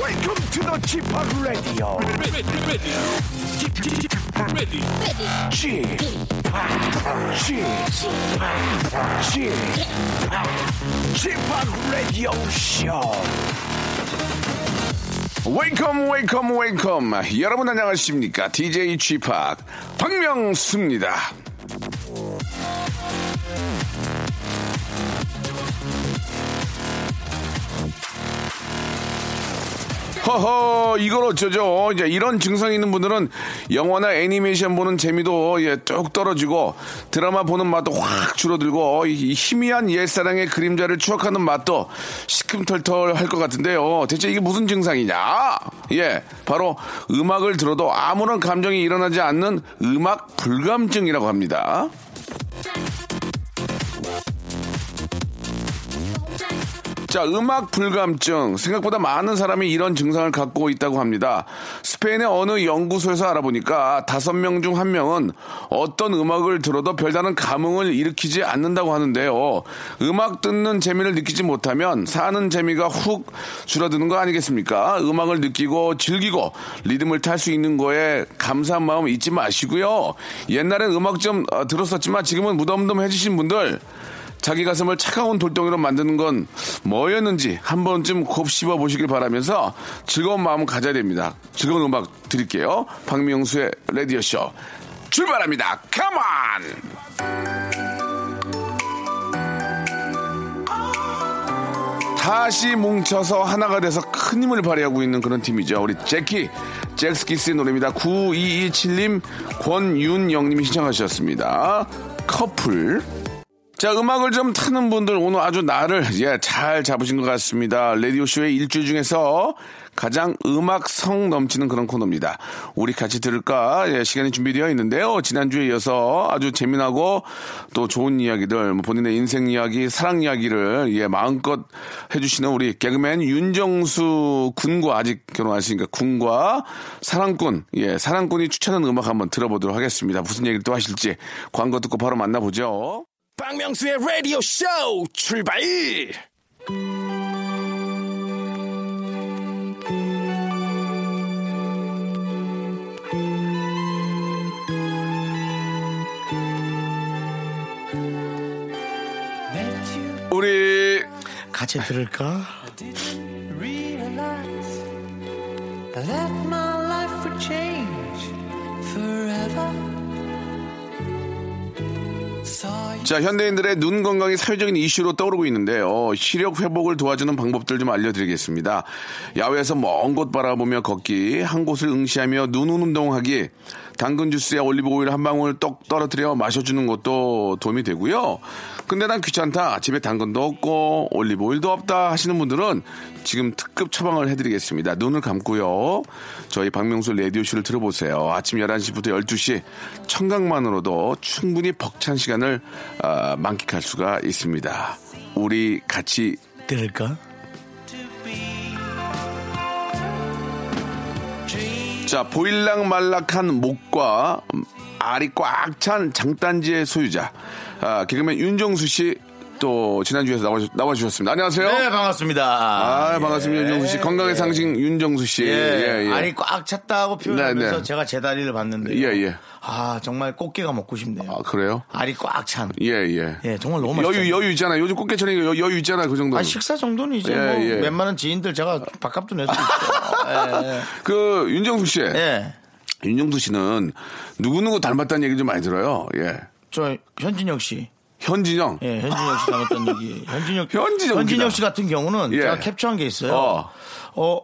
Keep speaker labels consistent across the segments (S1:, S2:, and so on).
S1: Welcome to the Chip Radio. Chip Chip Chip Radio Show.
S2: 웨이컴 웨이컴 웨이컴 여러분 안녕하십니까 DJ g p a 박명수입니다 허허 이걸 어쩌죠 이제 이런 증상이 있는 분들은 영화나 애니메이션 보는 재미도 예, 쭉 떨어지고 드라마 보는 맛도 확 줄어들고 이, 이 희미한 옛사랑의 그림자를 추억하는 맛도 시큼털털 할 것 같은데요 대체 이게 무슨 증상이냐 예 바로 음악을 들어도 아무런 감정이 일어나지 않는 음악 불감증이라고 합니다 자, 음악 불감증. 생각보다 많은 사람이 이런 증상을 갖고 있다고 합니다. 스페인의 어느 연구소에서 알아보니까 다섯 명 중 한 명은 어떤 음악을 들어도 별다른 감흥을 일으키지 않는다고 하는데요. 음악 듣는 재미를 느끼지 못하면 사는 재미가 훅 줄어드는 거 아니겠습니까? 음악을 느끼고 즐기고 리듬을 탈 수 있는 거에 감사한 마음 잊지 마시고요. 옛날엔 음악 좀 어, 들었었지만 지금은 무덤덤해지신 분들 자기 가슴을 차가운 돌덩이로 만드는 건 뭐였는지 한 번쯤 곱씹어 보시길 바라면서 즐거운 마음 가져야 됩니다. 즐거운 음악 드릴게요. 박명수의 라디오쇼 출발합니다. 컴온! 다시 뭉쳐서 하나가 돼서 큰 힘을 발휘하고 있는 그런 팀이죠. 우리 제키, 잭스키스의 노래입니다. 9227님, 권윤영님이 신청하셨습니다. 커플. 자, 음악을 좀 타는 분들 오늘 아주 나를 예, 잘 잡으신 것 같습니다. 라디오 쇼의 일주 중에서 가장 음악성 넘치는 그런 코너입니다. 우리 같이 들을까? 예, 시간이 준비되어 있는데요. 지난주에 이어서 아주 재미나고 또 좋은 이야기들, 뭐 본인의 인생 이야기, 사랑 이야기를 예, 마음껏 해주시는 우리 개그맨 윤정수 군과 아직 결혼 안 했으니까 군과 사랑꾼, 예, 사랑꾼이 추천한 음악 한번 들어보도록 하겠습니다. 무슨 얘기를 또 하실지 광고 듣고 바로 만나보죠.
S1: 박명수의 라디오 쇼 출발!
S2: 우리
S1: 같이 들을까?
S3: realize that my life would change forever. Saw you
S2: 자, 현대인들의 눈 건강이 사회적인 이슈로 떠오르고 있는데요. 어, 시력 회복을 도와주는 방법들 좀 알려드리겠습니다. 야외에서 먼 곳 바라보며 걷기, 한 곳을 응시하며 눈운 운동하기, 당근 주스에 올리브 오일 한 방울 떡 떨어뜨려 마셔주는 것도 도움이 되고요. 근데 난 귀찮다. 집에 당근도 없고 올리브 오일도 없다 하시는 분들은 지금 특급 처방을 해드리겠습니다. 눈을 감고요. 저희 박명수 라디오쇼를 들어보세요. 아침 11시부터 12시 청각만으로도 충분히 벅찬 시간을 아, 만끽할 수가 있습니다. 우리 같이
S1: 들을까?
S2: 자, 보일랑 말락한 목과 알이 꽉 찬 장단지의 소유자. 아, 개그맨 윤정수 씨, 또, 지난주에서 나와주, 나와주셨습니다. 안녕하세요.
S4: 네, 반갑습니다.
S2: 아, 반갑습니다. 윤정수 씨. 건강의 상징 윤정수 씨.
S4: 예.
S2: 예, 예.
S4: 아니, 꽉 찼다고 표현하면서
S2: 네, 네.
S4: 제가 제 다리를 봤는데.
S2: 예, 예.
S4: 아, 정말 꽃게가 먹고 싶네요.
S2: 아, 그래요?
S4: 알이 꽉 찬.
S2: 예, 예.
S4: 예, 정말 너무 맛있어요.
S2: 여유, 여유 있잖아요. 요즘 꽃게처럼 여, 여유 있잖아요. 그 정도.
S4: 아, 식사 정도는 이제
S2: 예,
S4: 뭐
S2: 예.
S4: 웬만한 지인들 제가 밥값도 낼 수 있어요. 예.
S2: 그, 윤정수 씨.
S4: 예.
S2: 윤정수 씨는 누구누구 닮았다는 얘기 좀 많이 들어요. 예.
S4: 저 현진혁 씨.
S2: 현진영.
S4: 예, 현진혁 씨 닮았던 얘기. 현진혁,
S2: 현진혁 씨다.
S4: 현진혁 씨 같은 경우는
S2: 예.
S4: 제가 캡처한 게 있어요.
S2: 어.
S4: 어.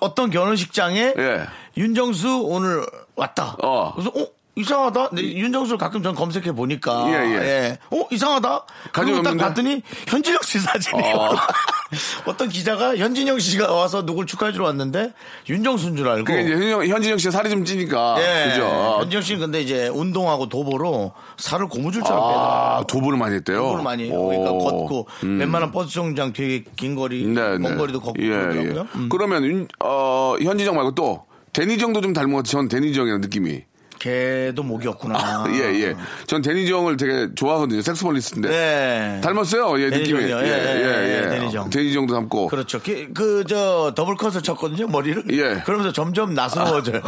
S4: 어떤 결혼식장에
S2: 예.
S4: 윤정수 오늘 왔다.
S2: 어.
S4: 그래서 어? 이상하다. 네, 윤정수를 가끔 전 검색해 보니까.
S2: 예,
S4: 예,
S2: 예.
S4: 어, 이상하다.
S2: 가지고
S4: 그리고 딱
S2: 없는데?
S4: 봤더니 현진영 씨 사진이에요.
S2: 어.
S4: 어떤 기자가 현진영 씨가 와서 누굴 축하해 주러 왔는데 윤정수인 줄 알고.
S2: 그게 이제 현진영, 현진영 씨가 살이 좀 찌니까.
S4: 예.
S2: 그죠?
S4: 현진영 씨는 근데 이제 운동하고 도보로 살을 고무줄처럼 빼다가
S2: 아, 도보를 많이 했대요. 음.
S4: 도보를 많이 해요. 그러니까 걷고 웬만한 버스 정류장 되게 긴 거리,
S2: 네,
S4: 먼 거리도 걷고
S2: 예,
S4: 그러더라고요. 음.
S2: 그러면 윤- 어, 현진영 말고 또 데니정도 좀 닮은 것 같아요. 전 데니정이라는 느낌이.
S4: 걔도 목이 없구나.
S2: 예, 예. 전 데니정을 되게 좋아하거든요. 섹스벌리스트인데.
S4: 네.
S2: 닮았어요. 예, 느낌이.
S4: 데니정이요. 예, 예, 예, 데니정.
S2: 데니정도 닮고.
S4: 그렇죠. 그 저 더블 컷을 쳤거든요 머리를.
S2: 예.
S4: 그러면서 점점 나스러워져요.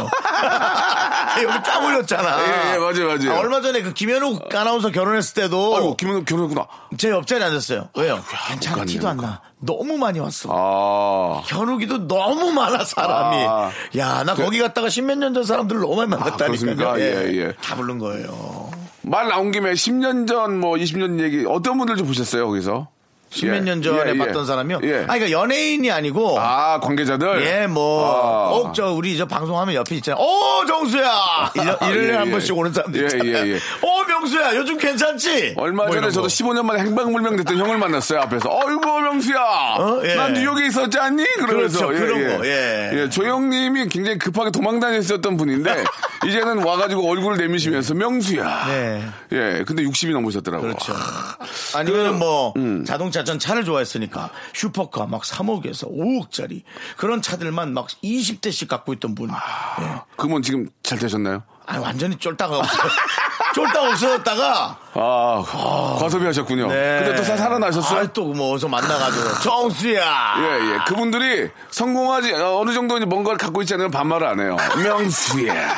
S4: 여기 땀 흘렸잖아.
S2: 예, 예, 맞아요, 맞아요.
S4: 아, 얼마 전에 그 김현욱 아나운서 결혼했을 때도
S2: 아이고, 김은호 결혼했구나.
S4: 제 옆자리에 앉았어요. 왜요? 괜찮아
S2: 못 갔네,
S4: 티도 안 나. 너무 많이 왔어.
S2: 아.
S4: 현욱이도 너무 많아 사람이.
S2: 아.
S4: 야 나 거기 갔다가 십몇 년 전 사람들 너무 많이 만났다니까요.
S2: 그렇습니까? 예, 예.
S4: 다 부른 거예요.
S2: 말 나온 김에 10년 전, 뭐 20년 얘기, 어떤 분들 좀 보셨어요, 거기서? 예.
S4: 십몇 년 전에
S2: 예, 예.
S4: 봤던 사람이요.
S2: 예.
S4: 아 그러니까 연예인이 아니고
S2: 아, 관계자들?
S4: 예,
S2: 아.
S4: 뭐, 꼭 저, 우리 저 방송하면 옆에 있잖아. 오, 정수야! 이럴
S2: 예,
S4: 예,
S2: 예.
S4: 한 번씩 오는 사람들
S2: 예,
S4: 있잖아요.
S2: 예, 예.
S4: 오, 명수야! 요즘 괜찮지?
S2: 얼마
S4: 뭐
S2: 전에
S4: 이런
S2: 저도
S4: 거.
S2: 15년 만에 행방불명 됐던 형을 만났어요, 앞에서. 어이구, 명수야!
S4: 예.
S2: 난 뉴욕에 있었지 않니? 그러면서.
S4: 그렇죠, 그런 거, 예.
S2: 조 형님이 굉장히 급하게 도망 다녔었던 분인데, 이제는 와가지고 얼굴 내미시면서, 명수야.
S4: 예. 네.
S2: 예, 근데 60이 넘으셨더라고요.
S4: 그렇죠. 아니면 뭐,
S2: 음.
S4: 자동차 전 차를 좋아했으니까, 슈퍼카 막 3억에서 5억짜리, 그런 차들만 막 20대씩 갖고 있던 분.
S2: 아.
S4: 예.
S2: 그분 지금 잘 되셨나요?
S4: 아, 완전히 쫄딱 없어. 쫄딱 없어졌다가,
S2: 아, 과소비 하셨군요.
S4: 네.
S2: 근데 또 사- 살아나셨어요?
S4: 아, 또뭐 어디서 만나가지고, 정수야!
S2: 예, 예. 그분들이 성공하지, 어, 어느 정도 이제 뭔가를 갖고 있지 않으면 반말을 안 해요. 명수야.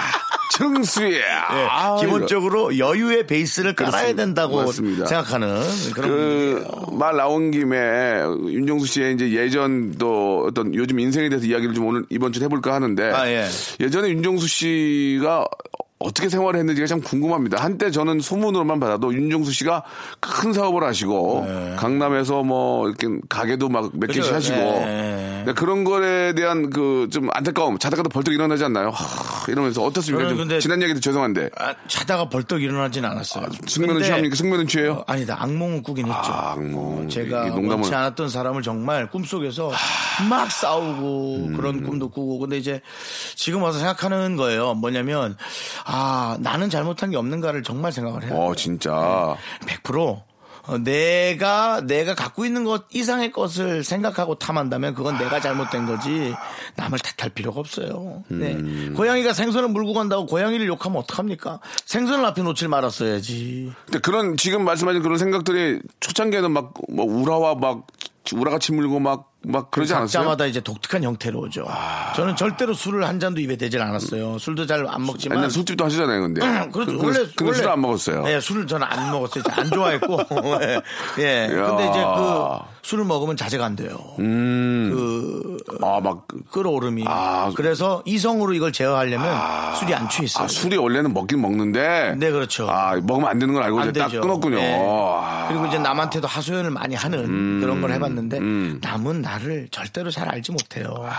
S2: 정수야.
S4: 예,
S2: 아우,
S4: 기본적으로 여유의 베이스를 깔아야
S2: 그렇습니다.
S4: 된다고
S2: 맞습니다.
S4: 생각하는 그런
S2: 그, 말 나온 김에 윤정수 씨의 이제 예전 또 어떤 요즘 인생에 대해서 이야기를 좀 오늘 이번 주에 해볼까 하는데
S4: 아, 예.
S2: 전에 윤정수 씨가 어떻게 생활을 했는지가 참 궁금합니다. 한때 저는 소문으로만 받아도 윤정수 씨가 큰 사업을 하시고 강남에서 뭐 이렇게 가게도 막 몇 개씩
S4: 네. 그죠.
S2: 하시고
S4: 예.
S2: 근데 그런 거에 대한 그 좀 안타까움 자다가도 벌떡 일어나지 않나요? 하, 이러면서 어떻습니까?
S4: 저는
S2: 좀
S4: 근데-
S2: 지난 얘기도 죄송한데 아,
S4: 아, 자다가 벌떡 일어나진 않았어요.
S2: 숙면은
S4: 근데-
S2: 취합니까? 숙면은 취해요?
S4: 아니다 악몽을 꾸긴 했죠.
S2: 아, 악몽.
S4: 제가
S2: 이 아.
S4: 원치 않았던 사람을 정말 꿈속에서 막 싸우고
S2: 음.
S4: 그런 꿈도 꾸고 근데 이제 지금 와서 생각하는 거예요. 뭐냐면 아 나는 잘못한 게 없는가를 정말 생각을 해요.
S2: 어, 진짜.
S4: 100% 어, 내가 내가 갖고 있는 것 이상의 것을 생각하고 탐한다면 그건 내가 잘못된 거지 남을 탓할 필요가 없어요. 네.
S2: 음.
S4: 고양이가 생선을 물고 간다고 고양이를 욕하면 어떡합니까? 생선을 앞에 놓질 말았어야지.
S2: 근데 그런 지금 말씀하신 그런 생각들이 초창기에는 막 뭐 우라와 막 우라가 침물고 막 막 그러지 않았어요? 아.
S4: 각자마다 이제 독특한 형태로 오죠. 저는 절대로 술을 한 잔도 입에 대질 않았어요. 술도 잘 안 먹지만
S2: 아니 술집도 하시잖아요, 근데.
S4: 그렇죠.
S2: 근데,
S4: 원래
S2: 근데
S4: 원래-
S2: 술을 안 먹었어요.
S4: 네, 술을 저는 안 먹었어요. 안 좋아했고. 예. 예. 근데 이제 그 술을 먹으면 자제가 안 돼요. 그
S2: 아 막
S4: 끓어오름이. 그래서 이성으로 이걸 제어하려면 술이 안 취해 있어요.
S2: 아. 아, 술이 원래는 먹긴 먹는데.
S4: 네, 그렇죠.
S2: 아 먹으면 안 되는 걸 알고 이제
S4: 안
S2: 딱
S4: 되죠.
S2: 끊었군요.
S4: 예.
S2: 아. 음.
S4: 그리고 이제 남한테도 하소연을 많이 하는 그런 걸 해봤는데 남은 나를 절대로 잘 알지 못해요.
S2: 아.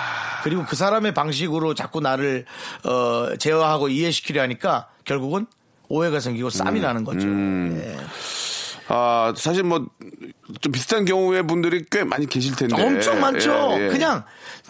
S4: 그리고 그 사람의 방식으로 자꾸 나를 어, 제어하고 이해시키려 하니까 결국은 오해가 생기고 쌈이
S2: 음.
S4: 나는 거죠. 예.
S2: 아, 사실 뭐 좀 비슷한 경우의 분들이 꽤 많이 계실 텐데.
S4: 엄청 많죠.
S2: 네. 예, 예.
S4: 그냥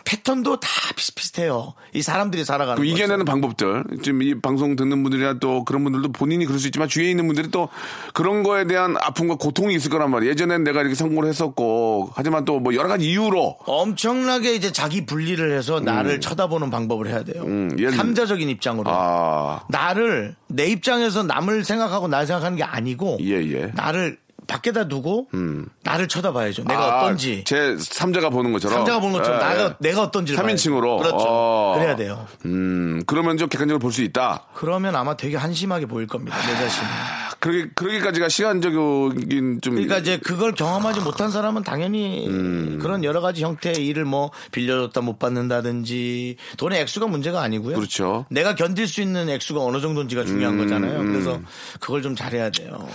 S4: 패턴도 다 비슷비슷해요. 이 사람들이 살아가는
S2: 그
S4: 거죠.
S2: 이겨내는 방법들 지금 이 방송 듣는 분들이나 또 그런 분들도 본인이 그럴 수 있지만 주위에 있는 분들이 또 그런 거에 대한 아픔과 고통이 있을 거란 말이에요 예전엔 내가 이렇게 성공을 했었고 하지만 또 뭐 여러 가지 이유로
S4: 엄청나게 이제 자기 분리를 해서 나를 쳐다보는 방법을 해야 돼요.
S2: 음. 예를-
S4: 삼자적인 입장으로.
S2: 아
S4: 나를 내 입장에서 남을 생각하고 나를 생각하는 게 아니고
S2: 예, 예. 음.
S4: 나를 밖에다 두고 나를 쳐다봐야죠. 내가
S2: 아,
S4: 어떤지.
S2: 제 3자가 보는 것처럼
S4: 삼자가 보는 것처럼
S2: 예,
S4: 나가,
S2: 예.
S4: 내가 어떤지를
S2: 삼
S4: 봐야죠.
S2: 인칭으로?
S4: 그렇죠.
S2: 어.
S4: 그래야 돼요.
S2: 음 그러면 좀 객관적으로 볼 수 있다
S4: 그러면 아마 되게 한심하게 보일 겁니다. 내 자신이.
S2: 그러기, 그러기까지가 시간적인 좀
S4: 아, 그러니까 이제 그걸 경험하지
S2: 아.
S4: 못한 사람은 당연히
S2: 음.
S4: 그런 여러 가지 형태의 일을 뭐 빌려줬다 못 받는다든지 돈의 액수가 문제가 아니고요.
S2: 그렇죠. 음,
S4: 내가 견딜 수 있는 액수가 어느 정도인지가 중요한 거잖아요. 그래서 그걸 좀 잘해야 돼요.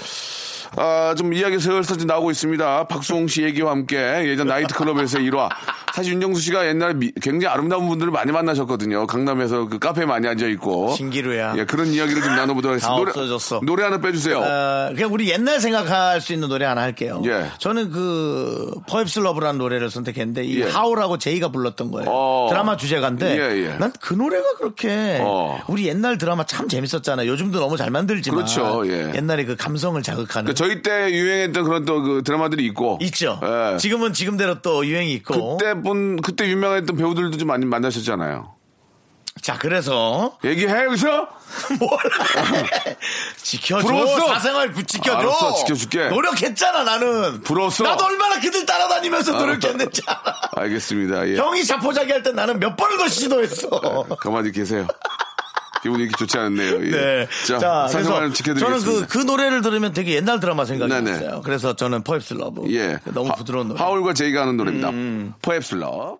S2: 아, 좀 이야기 슬슬 나오고 있습니다. 박수홍 씨 얘기와 함께 예전 나이트클럽에서 일화. 사실 윤정수 씨가 옛날에 미- 굉장히 아름다운 분들을 많이 만나셨거든요. 강남에서 그 카페에 많이 앉아있고.
S4: 신기루야.
S2: 예, 그런 이야기를 좀 나눠보도록 하겠습니다.
S4: 다 없어졌어.
S2: 노래 하나 빼주세요.
S4: 어, 그냥 우리 옛날 생각할 수 있는 노래 하나 할게요.
S2: 예.
S4: 저는 그 퍼입스 러브라는 노래를 선택했는데 이
S2: 예.
S4: 하오라고 제이가 불렀던 거예요.
S2: 어.
S4: 드라마 주제가인데
S2: 예, 예.
S4: 난 그 노래가 그렇게
S2: 어.
S4: 우리 옛날 드라마 참 재밌었잖아요. 요즘도 너무 잘 만들지만
S2: 그렇죠, 예.
S4: 옛날에 그 감성을
S2: 그러니까
S4: 자극하는
S2: 저희 때 유행했던 그런 또 그 드라마들이 있고.
S4: 있죠.
S2: 예.
S4: 지금은 지금대로 또 유행이 있고.
S2: 그때 본, 그때 유명했던 배우들도 좀 많이 만나셨잖아요.
S4: 자 그래서
S2: 얘기해, 여기서?
S4: 뭘 지켜줘
S2: 부러웠어?
S4: 사생활 구- 지켜줘
S2: 어. 알았어, 지켜줄게.
S4: 노력했잖아 나는
S2: 부러웠어?
S4: 나도 얼마나 그들 따라다니면서 노력했는지 알아.
S2: 알겠습니다. 예.
S4: 형이 자포자기 할 때 나는 몇 번을 더 시도했어.
S2: 가만히 계세요. 기분이 이렇게 좋지 않네요. 예.
S4: 네.
S2: 자, 사생활 지켜드리겠습니다.
S4: 저는 그, 그 노래를 들으면 되게 옛날 드라마 생각이
S2: 네네.
S4: 났어요. 그래서 저는 퍼입스 러브.
S2: 예.
S4: 너무
S2: 하-
S4: 부드러운 노래. 음,
S2: 하울과 제이가 하는 노래입니다. 포앱슬러.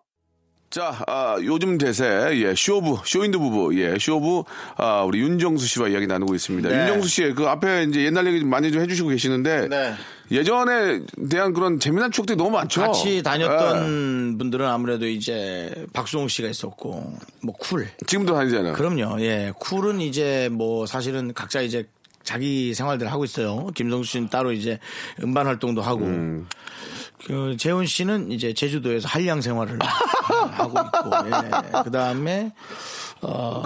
S2: 자, 아, 요즘 대세, 예, 쇼부, 쇼인드 부부, 예, 쇼부, 아, 우리 윤정수 씨와 이야기 나누고 있습니다.
S4: 네.
S2: 윤정수 씨의 그 앞에 이제 옛날 얘기 좀 많이 좀 해주시고 계시는데,
S4: 네.
S2: 예전에 대한 그런 재미난 추억들이 너무 많죠.
S4: 같이
S2: 예.
S4: 다녔던 분들은 아무래도 이제 박수홍 씨가 있었고 뭐 쿨.
S2: 지금도 다니잖아요.
S4: 그럼요. 예. 쿨은 이제 뭐 사실은 각자 이제 자기 생활들 하고 있어요. 김성수 씨는 따로 이제 음반 활동도 하고. 그 재훈 씨는 이제 제주도에서 한량 생활을 하고 있고. 예. 그다음에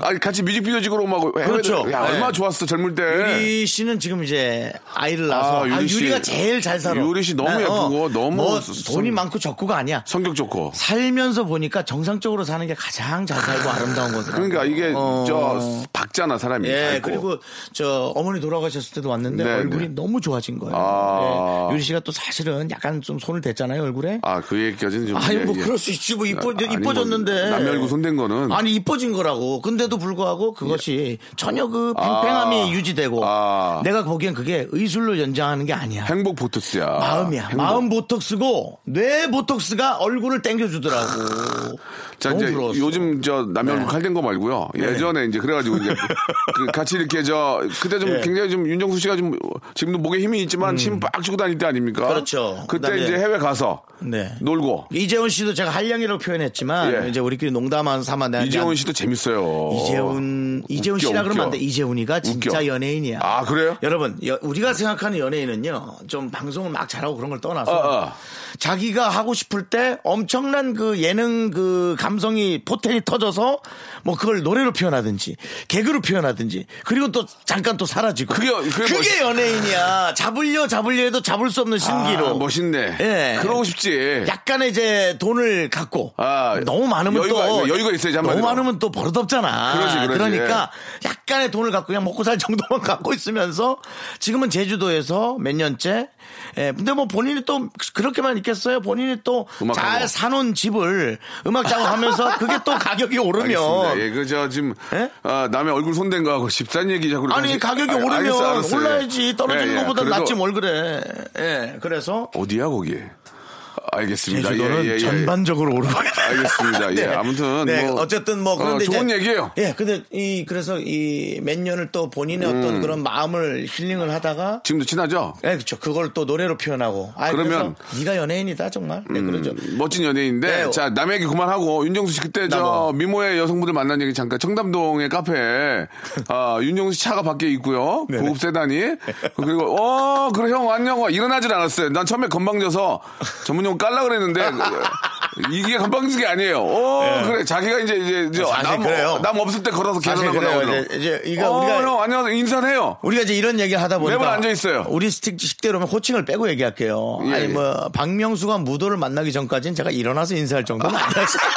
S2: 아니, 같이 뮤직비디오 찍으러 오고 해외
S4: 그렇죠.
S2: 야,
S4: 네.
S2: 얼마나 좋았어, 젊을 때.
S4: 유리 씨는 지금 이제 아이를 낳아서
S2: 예. 아,
S4: 아,
S2: 유리
S4: 유리
S2: 씨.
S4: 가 제일 잘 살아.
S2: 유리 씨 너무
S4: 나,
S2: 예쁘고 너무
S4: 뭐
S2: 성-
S4: 돈이 많고 적고가 아니야.
S2: 성격 좋고.
S4: 살면서 보니까 정상적으로 사는 게 가장 잘 살고 아름다운 거더라고.
S2: 그러니까 이게
S4: 어.
S2: 저 박잖아 사람이.
S4: 예,
S2: 밝고.
S4: 그리고 저 어머니 돌아가셨을 때도 왔는데
S2: 네,
S4: 얼굴이
S2: 네.
S4: 너무 좋아진 거예요.
S2: 아.
S4: 예, 유리 씨가 또 사실은 약간 좀 손을 댔잖아요 얼굴에.
S2: 아, 그 얘기까지는 좀.
S4: 아니
S2: 예,
S4: 뭐
S2: 예.
S4: 그럴 수 있지 뭐 이뻐
S2: 아니, 뭐
S4: 이뻐졌는데
S2: 남의 얼굴 손댄 거는. 예.
S4: 아니 이뻐진 거라고 근데도 불구하고 그것이 전혀 그
S2: 아.
S4: 팽팽함이 유지되고
S2: 아.
S4: 내가 보기엔 그게 의술로 연장하는 게 아니야
S2: 행복 보트스야.
S4: 마음이야
S2: 행복.
S4: 마음 보톡스고 뇌 보톡스가 얼굴을 땡겨주더라고
S2: 자,
S4: 너무
S2: 이제
S4: 부러웠어. 네.
S2: 요즘 저 남의 얼굴 칼댄 거 말고요. 예전에 이제 그래가지고 이제 그 같이 이렇게 저 그때 좀
S4: 예.
S2: 굉장히 좀 윤정수 씨가 좀 지금도 목에 힘이 있지만 침 빡 주고 다닐 때 아닙니까?
S4: 음. 그렇죠.
S2: 그때
S4: 그다음에-
S2: 이제 해외 가서
S4: 네.
S2: 놀고
S4: 이재훈 씨도 제가 한량이라고 표현했지만
S2: 예.
S4: 이제 우리끼리 농담한 삼아 내가
S2: 이재훈 씨도 재밌어요.
S4: 네. 이재훈 이재훈
S2: 웃겨,
S4: 씨라
S2: 웃겨.
S4: 그러면 안 돼. 이재훈이가 진짜
S2: 웃겨.
S4: 연예인이야.
S2: 아, 그래요?
S4: 여러분, 여- 우리가 생각하는 연예인은요. 좀 방송을 막 잘하고 그런 걸 떠나서
S2: 어, 어.
S4: 자기가 하고 싶을 때 엄청난 그 예능 그 감성이 포텐이 터져서 뭐 그걸 노래로 표현하든지 개그로 표현하든지 그리고 또 잠깐 또 사라지고
S2: 그게- 그게 멋있-
S4: 연예인이야. 잡으려 잡으려 해도 잡을 수 없는 신기로.
S2: 아, 멋있네.
S4: 예.
S2: 그러고 싶지.
S4: 약간의 이제 돈을 갖고
S2: 아,
S4: 너무 많으면
S2: 여유가-
S4: 또
S2: 여유가 있어야지, 한마디로.
S4: 너무 많으면 또 버릇없잖아.
S2: 그러지, 그러지. 예.
S4: 러니까 약간의 돈을 갖고 그냥 먹고 살 정도만 갖고 있으면서 지금은 제주도에서 몇 년째. 예, 근데 뭐 본인이 또 그렇게만 있겠어요. 본인이 또
S2: 음악하고.
S4: 잘 사놓은 집을 음악 작업하면서 그게 또 가격이 오르면
S2: 알겠습니다. 예, 그 저 지금
S4: 예?
S2: 아, 남의 얼굴 손댄 거하고 집산 얘기 자꾸 이렇게
S4: 아니
S2: 하시-
S4: 가격이
S2: 아,
S4: 오르면
S2: 알겠어요, 알겠어요.
S4: 올라야지 떨어지는
S2: 예, 예.
S4: 것보다
S2: 그래도
S4: 낫지 뭘 그래. 예, 그래서
S2: 어디야 거기? 알겠습니다.
S4: 제주도는
S2: 예, 예, 예.
S4: 전반적으로 오르고
S2: 알겠습니다. 예, 아무튼
S4: 네,
S2: 뭐-
S4: 어쨌든 뭐 그런데
S2: 어, 좋은
S4: 이제-
S2: 얘기예요.
S4: 예, 근데 이 그래서 이 몇 년을 또 본인의
S2: 음.
S4: 어떤 그런 마음을 힐링을 하다가
S2: 지금도 친하죠?
S4: 예, 그렇죠. 그걸 또 노래로 표현하고. 아,
S2: 그러면- 음,
S4: 그러면 네가 연예인이다 정말. 네, 그러죠.
S2: 멋진 연예인인데
S4: 네.
S2: 자 남의 얘기 그만하고 윤정수 씨 그때 저
S4: 나머.
S2: 미모의 여성분들 만난 얘기 잠깐 청담동의 카페에 아 윤정수 씨 차가 밖에 있고요
S4: 네,
S2: 고급 세단이 그리고 어 그래 형 안녕 일어나질 않았어요 난 처음에 건방져서 전문용 깔라 그랬는데 이게 건방진 게 아니에요 어 그래 자기가 이제 이제 저
S4: 네. 사실
S2: 남,
S4: 그래요.
S2: 남 없을 때 걸어서 계산하고
S4: 사실 아, 네, 그래요.
S2: 나오더라고
S4: 이제- 이제 이거
S2: 어,
S4: 우리가-
S2: 형 안녕하세요 인사를 해요
S4: 우리가 이제 이런 얘기 하다 보니까
S2: 매번 앉아 있어요.
S4: 우리 스틱 식대로면 뭐 호칭을 빼고 얘기할게요.
S2: 예, 예.
S4: 아니 뭐 박명수가 무도를 만나기 전까지는 제가 일어나서 인사할 정도는 아니었어요.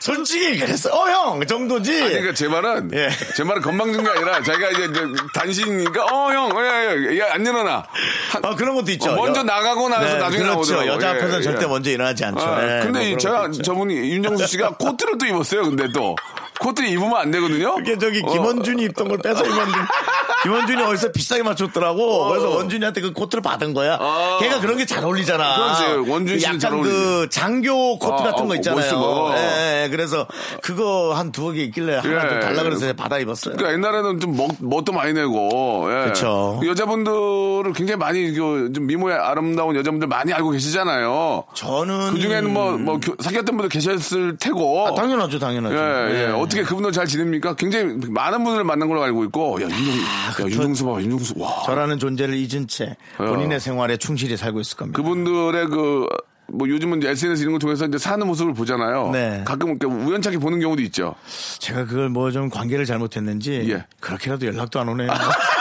S4: 솔직히 그랬어. 어형 정도지.
S2: 그러니까 제 말은
S4: 예.
S2: 제 말은 건방진 게 아니라 자기가 이제, 어, 이제 단신이니까 예, 어형야야안 일어나 한-
S4: 아 그런 것도 있죠.
S2: 어, 먼저
S4: 여-
S2: 나가고 나서 나중에
S4: 그렇죠.
S2: 나오더라고.
S4: 여자
S2: 예,
S4: 앞에서는
S2: 예.
S4: 절대 먼저 일어나지 않죠.
S2: 아,
S4: 예, 뭐
S2: 근데
S4: 그런
S2: 제가
S4: 것도 있죠.
S2: 저분이 윤정수 씨가 코트를 또 입었어요. 근데 또 코트를 입으면 안 되거든요.
S4: 그게 저기
S2: 어,
S4: 김원준이 입던 걸 뺏어 입었는데 김원준이 어디서 비싸게 맞췄더라고. 그래서 원준이한테 그 코트를 받은 거야.
S2: 어. 아.
S4: 걔가 그런 게 잘 어울리잖아.
S2: 그렇지. 원준
S4: 그
S2: 씨는
S4: 약간
S2: 잘
S4: 그
S2: 어울리지.
S4: 장교 코트
S2: 아,
S4: 같은
S2: 아,
S4: 거 있잖아요.
S2: 멋있어, 뭐.
S4: 예, 예. 그래서 그거 한 두어 개 있길래 하나 좀
S2: 예.
S4: 달라 그래서 받아 입었어요.
S2: 그러니까 옛날에는 좀 멋, 멋도 많이 내고. 예.
S4: 그쵸.
S2: 그 여자분들을 굉장히 많이 그, 좀 미모에 아름다운 여자분들 많이 알고 계시잖아요.
S4: 저는
S2: 그 중에는 뭐, 뭐, 교- 사귀었던 분도 계셨을 테고.
S4: 음. 아, 당연하죠, 당연하죠.
S2: 예, 예.
S4: 예.
S2: 어떻게 그분들 잘 지냅니까? 굉장히 많은 분을 만난 걸로 알고 있고. 야, 윤종, 야, 윤종수 봐, 윤종수. 와.
S4: 아, 그렇죠. 저라는 존재를 잊은 채 본인의 생활에 충실히 살고 있을 겁니다.
S2: 어. 그분들의 그, 뭐 요즘은 이제 SNS 이런 걸 통해서 이제 사는 모습을 보잖아요.
S4: 네.
S2: 가끔 이렇게 우연찮게 보는 경우도 있죠.
S4: 제가 그걸 뭐 좀 관계를 잘못했는지
S2: 예.
S4: 그렇게라도 연락도 안 오네요.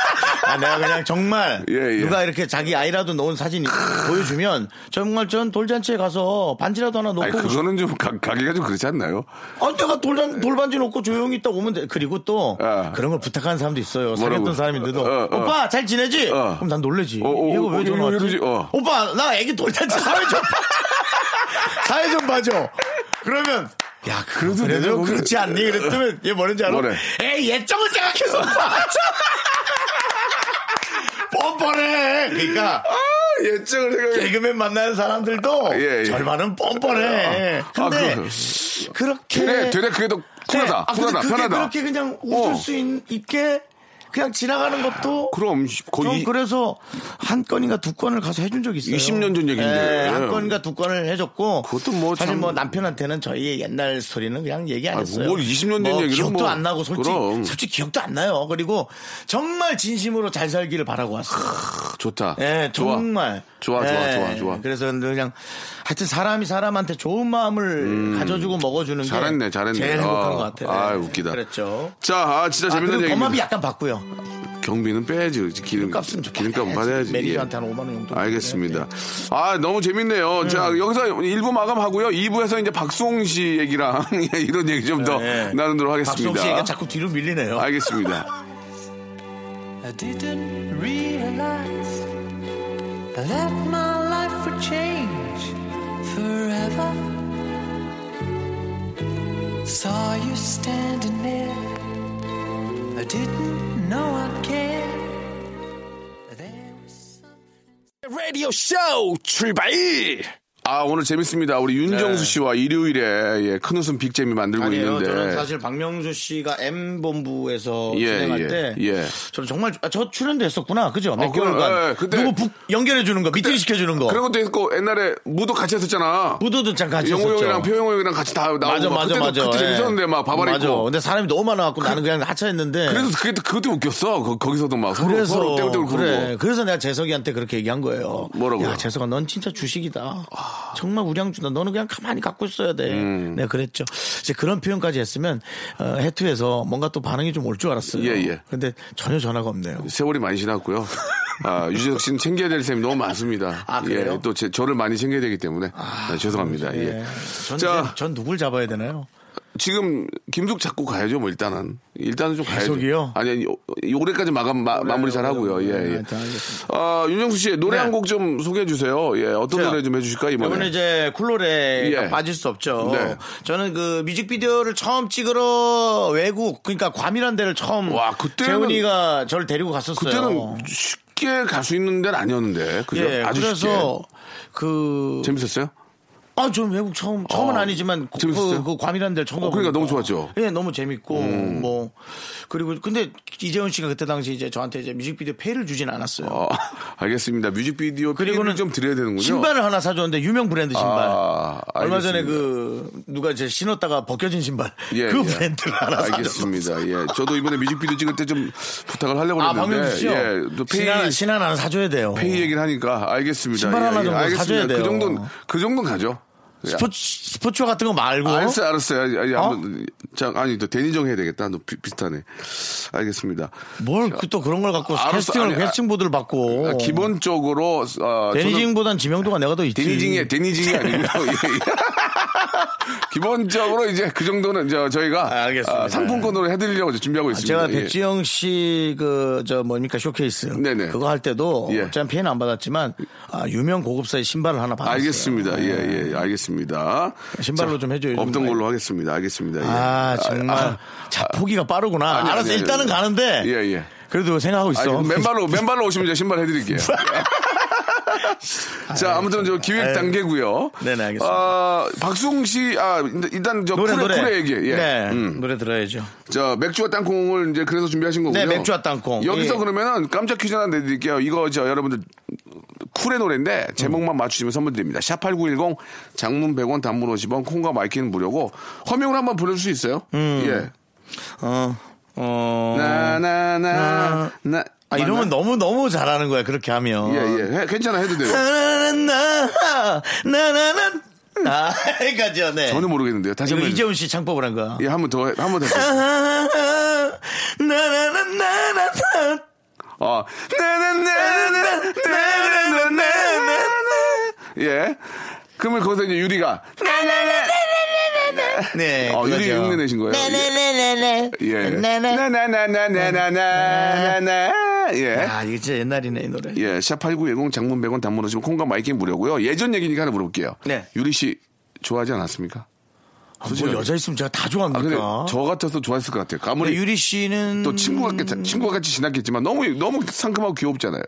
S4: 아, 내가 그냥 정말
S2: 예, 예.
S4: 누가 이렇게 자기 아이라도 넣은 사진 보여주면 정말 전 돌잔치에 가서 반지라도 하나
S2: 아니,
S4: 놓고 오고 싶-
S2: 그거는 좀 가, 가기가 좀 그렇지 않나요?
S4: 아, 내가 돌잔, 돌반지 놓고 조용히 있다 오면 돼. 그리고 또
S2: 예.
S4: 그런 걸 부탁하는 사람도 있어요. 사귀었던
S2: 뭐라고?
S4: 사람인데도
S2: 어, 어.
S4: 오빠 잘 지내지?
S2: 어.
S4: 그럼 난 놀래지.
S2: 어, 어,
S4: 이거
S2: 어,
S4: 왜
S2: 어,
S4: 전화
S2: 왜
S4: 왔지?
S2: 이러지? 어.
S4: 오빠 나 애기 돌잔치 사회 좀 봐. 사회 좀 봐줘. 그러면 야 그래도,
S2: 그래도 내가 보기-
S4: 그렇지 않니? 그랬더니 얘 뭐는지 알아?
S2: 뭐래?
S4: 에이 예정을 생각해서 봐줘. 뻔뻔해. 그러니까
S2: 예측을 생각해.
S4: 개그맨 만나는 사람들도
S2: 예, 예.
S4: 절반은 뻔뻔해.
S2: 아,
S4: 근데
S2: 그-
S4: 그렇게
S2: 되레, 되레 그게 더 쿨하다.
S4: 아, 근데
S2: 쿨하다.
S4: 그게
S2: 편하다.
S4: 그렇게 그냥 웃을
S2: 어.
S4: 수 있, 있게 그냥 지나가는 것도
S2: 그럼 거의
S4: 전 그래서 한 건인가 두 건을 가서 해준 적이 있어요.
S2: 20년 전 얘기인데. 네.
S4: 예, 한 건인가 두 건을 해줬고.
S2: 그것도 뭐
S4: 사실
S2: 참-
S4: 뭐 남편한테는 저희의 옛날 스토리는 그냥 얘기 안
S2: 아,
S4: 했어요.
S2: 뭘 20년 된
S4: 뭐
S2: 얘기를
S4: 기억도
S2: 뭐-
S4: 안 나고 솔직히
S2: 그럼.
S4: 솔직히 기억도 안 나요. 그리고 정말 진심으로 잘 살기를 바라고 왔어요.
S2: 아, 좋다.
S4: 예, 정말.
S2: 좋아, 좋아,
S4: 예,
S2: 좋아, 좋아.
S4: 그래서 그냥 하여튼 사람이 사람한테 좋은 마음을 가져주고 먹어주는 게
S2: 잘했네, 잘했네.
S4: 제일 행복한
S2: 아,
S4: 것 같아요.
S2: 아이, 웃기다.
S4: 그랬죠.
S2: 자, 아, 진짜
S4: 아,
S2: 재밌는
S4: 그리고
S2: 얘기입니다.
S4: 범합이 약간 바꾸요.
S2: 경비는 빼야지. 기름,
S4: 값은 좀
S2: 기름값
S4: 받아야지.
S2: 받아야지. 예.
S4: 매니저한테 한 5만 원 정도.
S2: 네,
S4: 네,
S2: 알겠습니다. 아, 너무 재밌네요. 자, 여기서 1부 마감하고요. 2부에서 이제 박수홍 씨 얘기랑 예, 이런 얘기 좀 더
S4: 네.
S2: 나누도록
S4: 박수홍 씨
S2: 하겠습니다.
S4: 얘기가 자꾸 뒤로 밀리네요.
S2: 알겠습니다.
S3: I didn't realize that my life would change forever. Saw you standing there. I didn't know I'd care. There was
S1: 라디오 쇼 출발
S2: 아, 오늘 재밌습니다. 우리 윤정수 씨와 일요일에 예, 큰 웃음 빅잼이 만들고
S4: 네. 아니에요.
S2: 있는데.
S4: 저는 사실 박명수 씨가 M 본부에서
S2: 예,
S4: 진행할
S2: 예,
S4: 때,
S2: 예.
S4: 저는 정말 아, 저 출연도 했었구나, 그죠? 몇
S2: 어, 그럼,
S4: 개월간
S2: 예, 그때-
S4: 누구 북 연결해 주는 거, 미팅 시켜 주는 거,
S2: 그런 것도 있고 옛날에 무도 같이 했었잖아.
S4: 무도도 잠깐 같이
S2: 영호
S4: 했었죠.
S2: 형이랑 표영호 형이랑 같이 다 나오고
S4: 맞아,
S2: 막
S4: 맞아,
S2: 그때도
S4: 맞아.
S2: 그때
S4: 예.
S2: 재밌었는데 막 바바리
S4: 맞아.
S2: 있고.
S4: 근데 사람이 너무 많아갖고 나는 그냥 하차했는데.
S2: 그래서 그게 또- 그것도 웃겼어. 거, 거기서도 막 서로
S4: 그래서
S2: 서로 떼굴떼굴 그러고.
S4: 그래. 그래서 내가 재석이한테 그렇게 얘기한 거예요.
S2: 뭐라고요? 아.
S4: 야, 재석아, 넌 진짜 주식이다. 정말 우량주다. 너는 그냥 가만히 갖고 있어야 돼.
S2: 음.
S4: 내가 그랬죠. 이제 그런 표현까지 했으면 어, 해투에서 뭔가 또 반응이 좀 올 줄 알았어요.
S2: 예, 예.
S4: 근데 전혀 전화가 없네요.
S2: 세월이 많이 지났고요. 아, 유재석 씨는 챙겨야 될 셈이 너무 많습니다.
S4: 아, 그래요?
S2: 예, 또 제- 저를 많이 챙겨야 되기 때문에 아, 죄송합니다. 예.
S4: 전,
S2: 자,
S4: 전 누굴 잡아야 되나요?
S2: 지금 김숙 잡고 가야죠. 뭐 일단은 일단은 좀 가야죠.
S4: 계속이요? 네,
S2: 아니 아니, 요- 올해까지 마감 마, 무리잘 하고요. 예. 예.
S4: 하여튼 알겠습니다.
S2: 아, 윤정수 씨 노래
S4: 네.
S2: 한 곡 좀 소개해 주세요. 예, 어떤
S4: 저요?
S2: 노래 좀 해주실까 이번에?
S4: 이번에 이제 쿨노래가
S2: 네. 예.
S4: 빠질 수 없죠.
S2: 네.
S4: 저는 그 뮤직비디오를 처음 찍으러 외국 그러니까 괌이란 데를 처음
S2: 와, 그때는-
S4: 재훈이가 저를 데리고 갔었어요.
S2: 그때는 쉽게 갈 수 있는 데는 아니었는데, 그죠?
S4: 예,
S2: 아주
S4: 그래서 그
S2: 쉽게. 재밌었어요?
S4: 아, 전 외국 처음 처음은
S2: 어,
S4: 아니지만 그,
S2: 재밌었어요?
S4: 그, 그 괌이란 데를 처음
S2: 어, 그러니까
S4: 가보니까.
S2: 너무 좋았죠? 음.
S4: 예, 너무 재밌고 뭐 그리고 근데 이재훈 씨가 그때 당시 이제 저한테 이제 뮤직비디오 페이를 주진 않았어요.
S2: 어, 알겠습니다. 뮤직비디오 그리고는
S4: 그리고는
S2: 좀 드려야 되는군요.
S4: 신발을 하나 사줬는데 유명 브랜드 신발.
S2: 아,
S4: 얼마 전에
S2: 알겠습니다.
S4: 그 누가 제 신었다가 벗겨진 신발.
S2: 예,
S4: 그
S2: 예.
S4: 브랜드를 하나 사줬어요.
S2: 알겠습니다. 예, 저도 이번에 뮤직비디오 찍을 때 좀 부탁을 하려고
S4: 아,
S2: 했는데,
S4: 박명수 씨요.
S2: 예, 또 페이
S4: 신한 신한 하나 사줘야 돼요.
S2: 페이 얘기를 하니까 알겠습니다.
S4: 신발 하나
S2: 예, 예,
S4: 정도
S2: 알겠습니다.
S4: 사줘야 돼요.
S2: 그 정도 그 정도 가죠. 예.
S4: 스포츠 스포츠 같은 거 말고.
S2: 알았어요, 알았어요. 아니,
S4: 어?
S2: 한번, 자, 아니, 또 대니정 해야 되겠다. 너 비, 비슷하네. 알겠습니다.
S4: 뭘 또 그런 걸 갖고
S2: 알았어.
S4: 캐스팅을
S2: 아니, 아,
S4: 캐스팅 보드를 받고.
S2: 아, 기본적으로 어, 저는-
S4: 어. 데니징보단 지명도가 내가 더 있지. 아,
S2: 데니징이 데니징이 아니고요. 예, 예. 기본적으로 이제 그 정도는 이제 저희가
S4: 아, 알겠습니다.
S2: 아, 상품권으로 해드리려고 이제 준비하고
S4: 아,
S2: 있습니다.
S4: 제가
S2: 예.
S4: 백지영 씨 그 저 뭡니까 쇼케이스
S2: 네네.
S4: 그거 할 때도
S2: 예.
S4: 어차피 피해는 안 받았지만 아, 유명 고급사의 신발을 하나 받았어요. 네.
S2: 알겠습니다. 예, 예, 알겠습니다.
S4: 신발로 좀 해줘요, 요즘
S2: 없던
S4: 많이.
S2: 걸로 하겠습니다. 알겠습니다. 예.
S4: 아 정말
S2: 아,
S4: 자포기가 빠르구나.
S2: 아니,
S4: 알았어
S2: 아니, 아니,
S4: 일단은
S2: 아니.
S4: 가는데
S2: 예, 예.
S4: 그래도 생각하고
S2: 아니,
S4: 있어.
S2: 맨발로, 맨발로 오시면 제가 신발 해드릴게요. 자, 아무튼 저 기획 단계고요
S4: 네네, 알겠습니다.
S2: 아, 박수홍 씨, 아, 일단- 일단 저
S4: 노래
S2: 쿨의,
S4: 노래
S2: 쿨의 얘기. 예.
S4: 네
S2: 음.
S4: 노래 들어야죠.
S2: 자, 맥주와 땅콩을 이제 그래서 준비하신 거고요.
S4: 네, 맥주와 땅콩.
S2: 여기서
S4: 예.
S2: 그러면은 깜짝 퀴즈 하나 내드릴게요. 이거 저 여러분들 쿨의 노래인데 제목만 맞추시면 선물 드립니다. 샵8910 장문 100원 단문 50원 콩과 마이키는 무료고 허명을 한번 보내줄 수 있어요?
S4: 음.
S2: 예.
S4: 어 어.
S2: 네. 나나나 나.
S4: 아 이러면 너무 너무 잘하는 거야 그렇게 하면.
S2: 예예 괜찮아 해도 돼요.
S4: 네. 나나나 나나나 나까지요. 네.
S2: 전혀 모르겠는데요. 다시
S4: 이거
S2: 한번
S4: 이재훈 씨 창법을 한 거야.
S2: 예, 한번 더, 한 번 더. 해보세요.
S4: 나나나나나나
S2: 어. 나나나나나나나나나. 예. 그러면 거기서 이제 유리가
S4: 네.
S2: 어, 유리
S4: 그거죠.
S2: 흉내 내신 거예요.
S4: 나나나나나.
S2: 예.
S4: 나나.
S2: 나나나나나나나나. 예.
S4: 아 이게 진짜 옛날이네 이 노래.
S2: 예, 샵8910 장문 100원 단문 오시면 콩과 마이킹 무료고요. 예전 얘기니까 하나 물어볼게요.
S4: 네.
S2: 유리 씨 좋아하지 않았습니까?
S4: 아, 뭐 여자 있으면 제가 다 좋아합니까?
S2: 아, 근데 저 같아서 좋아했을 것 같아요.
S4: 근데
S2: 아무리
S4: 유리 씨는
S2: 또 친구 같게 친구 같이 지났겠지만 너무 너무 상큼하고 귀엽잖아요.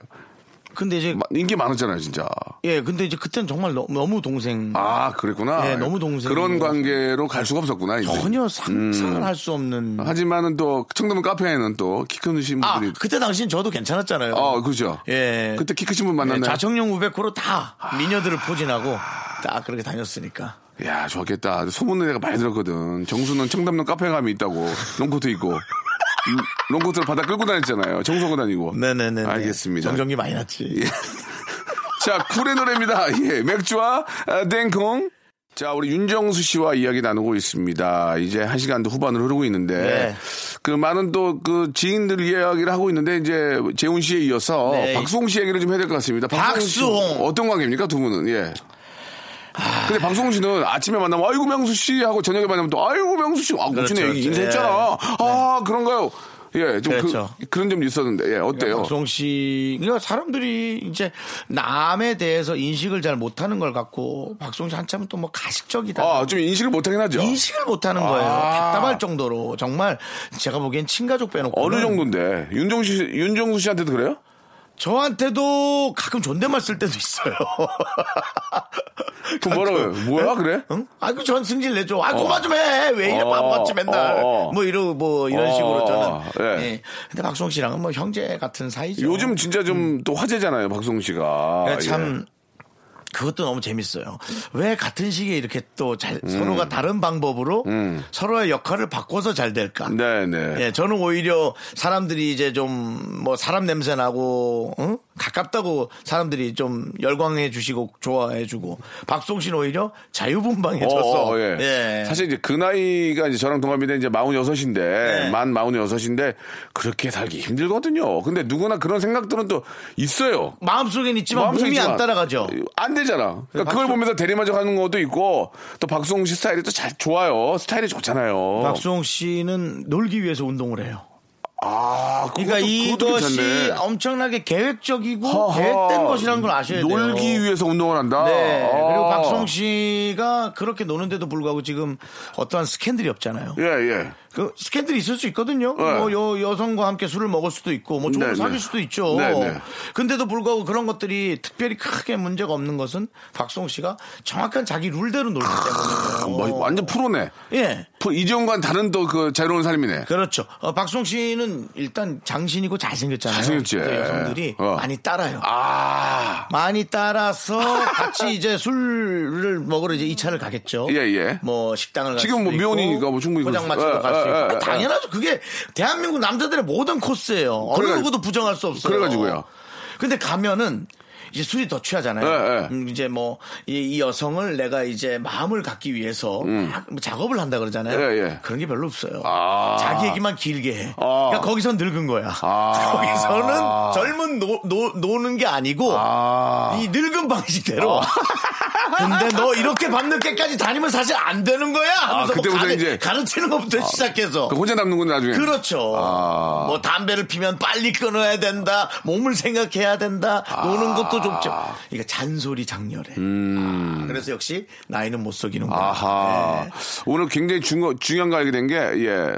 S4: 근데 이제
S2: 마- 인기 많았잖아요, 진짜.
S4: 예 근데 이제 그때는 정말 너, 무 동생
S2: 아, 그랬구나.
S4: 네, 너무 동생이고.
S2: 그런 관계로 갈 수가 없었구나. 이제.
S4: 전혀
S2: 음.
S4: 상상을 할 수 없는
S2: 하지만은 또그 청담 카페에는 또 키 크신
S4: 아
S2: 분들이
S4: 그때 당신 저도 괜찮았잖아요.
S2: 어, 그죠.
S4: 예.
S2: 그때 키 크신 분
S4: 예,
S2: 만났나요?
S4: 좌청룡 우백호로 다
S2: 아.
S4: 미녀들을 포진하고 딱 그렇게 다녔으니까.
S2: 야, 좋았겠다. 소문을 내가 많이 들었거든. 정수는 청담동 카페 가면 있다고. 롱코트 입고. 음, 롱코트를 바다 끌고 다녔잖아요. 정수하고 다니고.
S4: 네네네.
S2: 알겠습니다. 예,
S4: 정전기 많이 났지.
S2: 자, 쿨의 노래입니다. 예, 맥주와 아, 땡콩. 자, 우리 윤정수 씨와 이야기 나누고 있습니다. 이제 한 시간도 후반으로 흐르고 있는데.
S4: 네.
S2: 그 많은 또 그 지인들 이야기를 하고 있는데 이제 재훈 씨에 이어서
S4: 네.
S2: 박수홍 씨 얘기를 좀 해야 될 것 같습니다. 씨
S4: 박수홍.
S2: 어떤 관계입니까 두 분은? 예. 근데 박수홍 씨는 아침에 만나면 아이고 명수 씨 하고 저녁에 만나면 또 아이고 명수 씨 아, 그렇죠,
S4: 그렇죠,
S2: 네
S4: 그렇죠.
S2: 인사했잖아. 아 그런가요? 예, 좀
S4: 그렇죠.
S2: 그, 런 점도 있었는데 예, 어때요?
S4: 박수홍 씨, 그러니까 사람들이 이제 남에 대해서 인식을 잘 못하는 걸 갖고 박수홍 씨 한참은 또 뭐 가식적이다.
S2: 아 좀 인식을 못하긴 하죠.
S4: 인식을 못하는 거예요.
S2: 아.
S4: 답답할 정도로 정말 제가 보기엔 친가족 빼놓고
S2: 어느 정도인데 윤정수 씨, 윤정수 씨한테도 그래요?
S4: 저한테도 가끔 존댓말 쓸 때도 있어요.
S2: 그
S4: 아,
S2: 뭐라고요? 뭐야 그래?
S4: 응? 아, 그 전 승질 내죠. 아, 그만 좀 해. 왜 이래
S2: 어,
S4: 바보같이 맨날.
S2: 어, 어.
S4: 뭐 이러 뭐 이런 식으로
S2: 어,
S4: 저는.
S2: 예.
S4: 예. 근데 박수홍 씨랑은 뭐 형제 같은 사이죠.
S2: 요즘 아, 진짜 좀 또 화제잖아요 박수홍 씨가. 예.
S4: 그러니까 음. 참 그것도 너무 재밌어요. 왜 같은 시기에 이렇게 또 잘
S2: 음.
S4: 서로가 다른 방법으로 서로의 역할을 바꿔서 잘 될까?
S2: 예. 네네.
S4: 예, 저는 오히려 사람들이 이제 좀 뭐 사람 냄새 나고 응? 가깝다고 사람들이 좀 열광해 주시고 좋아해 주고 박송 씨는 오히려 자유분방해져서
S2: 어, 어, 예. 사실 이제 그 나이가 이제 저랑 동갑인데 이제 46인데
S4: 네.
S2: 만 46인데 그렇게 살기 힘들거든요. 근데 누구나 그런 생각들은 또 있어요.
S4: 마음속엔 있지만 몸이
S2: 마음속이지만.
S4: 안 따라가죠. 네,
S2: 안 되잖아. 그러니까
S4: 박수-
S2: 그걸 보면서 대리만족하는 것도 있고 또 박수홍 씨 스타일이 또 잘 좋아요. 스타일이 좋잖아요.
S4: 박수홍 씨는 놀기 위해서 운동을 해요.
S2: 아, 그것도-
S4: 그러니까
S2: 그것도
S4: 이것이
S2: 괜찮네.
S4: 엄청나게 계획적이고
S2: 허허.
S4: 계획된 어, 것이라는 걸 아셔야 돼요.
S2: 어, 놀기 위해서 운동을 한다.
S4: 네.
S2: 아.
S4: 그리고 박수홍 씨가 그렇게 노는데도 불구하고 지금 어떠한 스캔들이 없잖아요.
S2: 예, 예.
S4: 그 스캔들이 있을 수 있거든요.
S2: 네.
S4: 뭐 여, 여성과 함께 술을 먹을 수도 있고 뭐
S2: 네,
S4: 조금
S2: 네.
S4: 사귈 수도 있죠.
S2: 네, 네.
S4: 근데도 불구하고 그런 것들이 특별히 크게 문제가 없는 것은 박수홍 씨가 정확한 자기 룰대로 놀기
S2: 아,
S4: 때문에.
S2: 뭐, 완전 프로네.
S4: 예.
S2: 프로- 이전과는 다른 또 그 자유로운 삶이네.
S4: 그렇죠. 어, 박수홍 씨는 일단 장신이고 잘생겼잖아요.
S2: 잘생겼지.
S4: 그래서 여성들이
S2: 어.
S4: 많이 따라요.
S2: 아.
S4: 많이 따라서 같이 이제 술을 먹으러 이제 2차를 가겠죠.
S2: 예, 예.
S4: 뭐 식당을 갈
S2: 지금
S4: 수도
S2: 뭐
S4: 있고,
S2: 미혼이니까 뭐 충분히
S4: 포장마차도
S2: 그럴 수-
S4: 갈 수 있고.
S2: 예, 예, 예,
S4: 아, 당연하죠. 그게 대한민국 남자들의 모든 코스예요. 어느
S2: 그래가지고-
S4: 누구도 부정할 수 없어요.
S2: 그래가지고요.
S4: 근데 가면은 이제 술이 더 취하잖아요.
S2: 예, 예.
S4: 음, 이제 뭐 이 여성을 내가 이제 마음을 갖기 위해서 막뭐 작업을 한다 그러잖아요.
S2: 예, 예.
S4: 그런 게 별로 없어요.
S2: 아.
S4: 자기 얘기만 길게 해.
S2: 아.
S4: 그러니까 거기선 늙은 거야.
S2: 아.
S4: 거기서는 젊은 노, 노, 노는 게 아니고
S2: 아. 어.
S4: 이 늙은 방식대로. 근데 너 이렇게 밤늦게까지 다니면 사실 안 되는 거야 하면서
S2: 아, 그때부터
S4: 뭐 가르,
S2: 이제-
S4: 가르치는 것부터 시작해서.
S2: 그 혼자 남는군요, 나중에.
S4: 그렇죠.
S2: 아.
S4: 뭐 담배를 피면 빨리 끊어야 된다. 몸을 생각해야 된다.
S2: 아.
S4: 노는 것도 좋죠. 그러니까 잔소리 장렬해. 아, 그래서 역시 나이는 못 속이는 거야.
S2: 음.
S4: 네.
S2: 아하. 오늘 굉장히 중요, 중요한 거 알게 된 게, 예.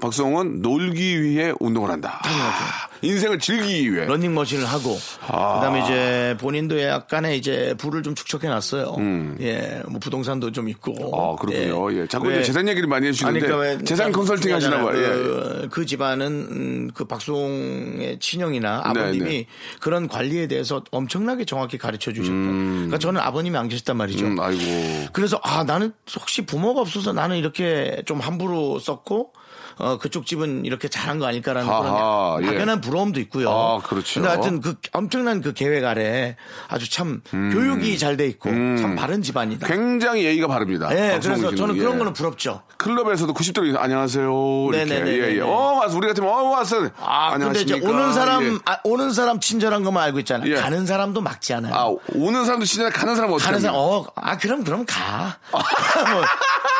S2: 박성은 놀기 위해 운동을 한다. 아, 인생을 즐기기 위해.
S4: 러닝머신을 하고
S2: 아.
S4: 그다음에 이제 본인도 약간의 이제 부를 좀 축적해 놨어요. 예, 뭐 부동산도 좀 있고.
S2: 음. 아, 그렇군요. 예. 자꾸
S4: 왜-
S2: 이제 재산 얘기를 많이 해주시는데
S4: 네. 아니, 그러니까 왜-
S2: 재산 컨설팅 하시나 봐요. 예.
S4: 그, 그 집안은 음, 그 박수홍의 친형이나
S2: 네,
S4: 아버님이
S2: 네.
S4: 그런 관리에 대해서 엄청나게 정확히 가르쳐 주셨고. 그러니까 저는 아버님이 안 계셨단 말이죠.
S2: 음, 아이고.
S4: 그래서 아 나는 혹시 부모가 없어서 나는 이렇게 좀 함부로 썼고 어 그쪽 집은 이렇게 잘한 거 아닐까라는
S2: 아하,
S4: 그런
S2: 예.
S4: 막연한 부러움도 있고요.
S2: 아, 그렇죠.
S4: 근데 하여튼 그 엄청난 그 계획 아래 아주 참 교육이 잘 돼 있고 참 바른 집안이다.
S2: 음. 굉장히 예의가 바릅니다.
S4: 예,
S2: 박성웅
S4: 그래서
S2: 씨는.
S4: 저는
S2: 예.
S4: 그런 거는 부럽죠.
S2: 클럽에서도 90도로 인사, 안녕하세요. 이렇게.
S4: 네네네네.
S2: 예, 예. 어, 왔어. 우리 같으면 어, 왔어.
S4: 아, 근데 이제 오는 사람
S2: 예.
S4: 아, 오는 사람 친절한 것만 알고 있잖아요.
S2: 예.
S4: 가는 사람도 막지 않아요.
S2: 아, 오는 사람도 친절해 가는 사람은 어떻게
S4: 가는 사람
S2: 합니까?
S4: 어아 그럼 그럼 가. 뭐,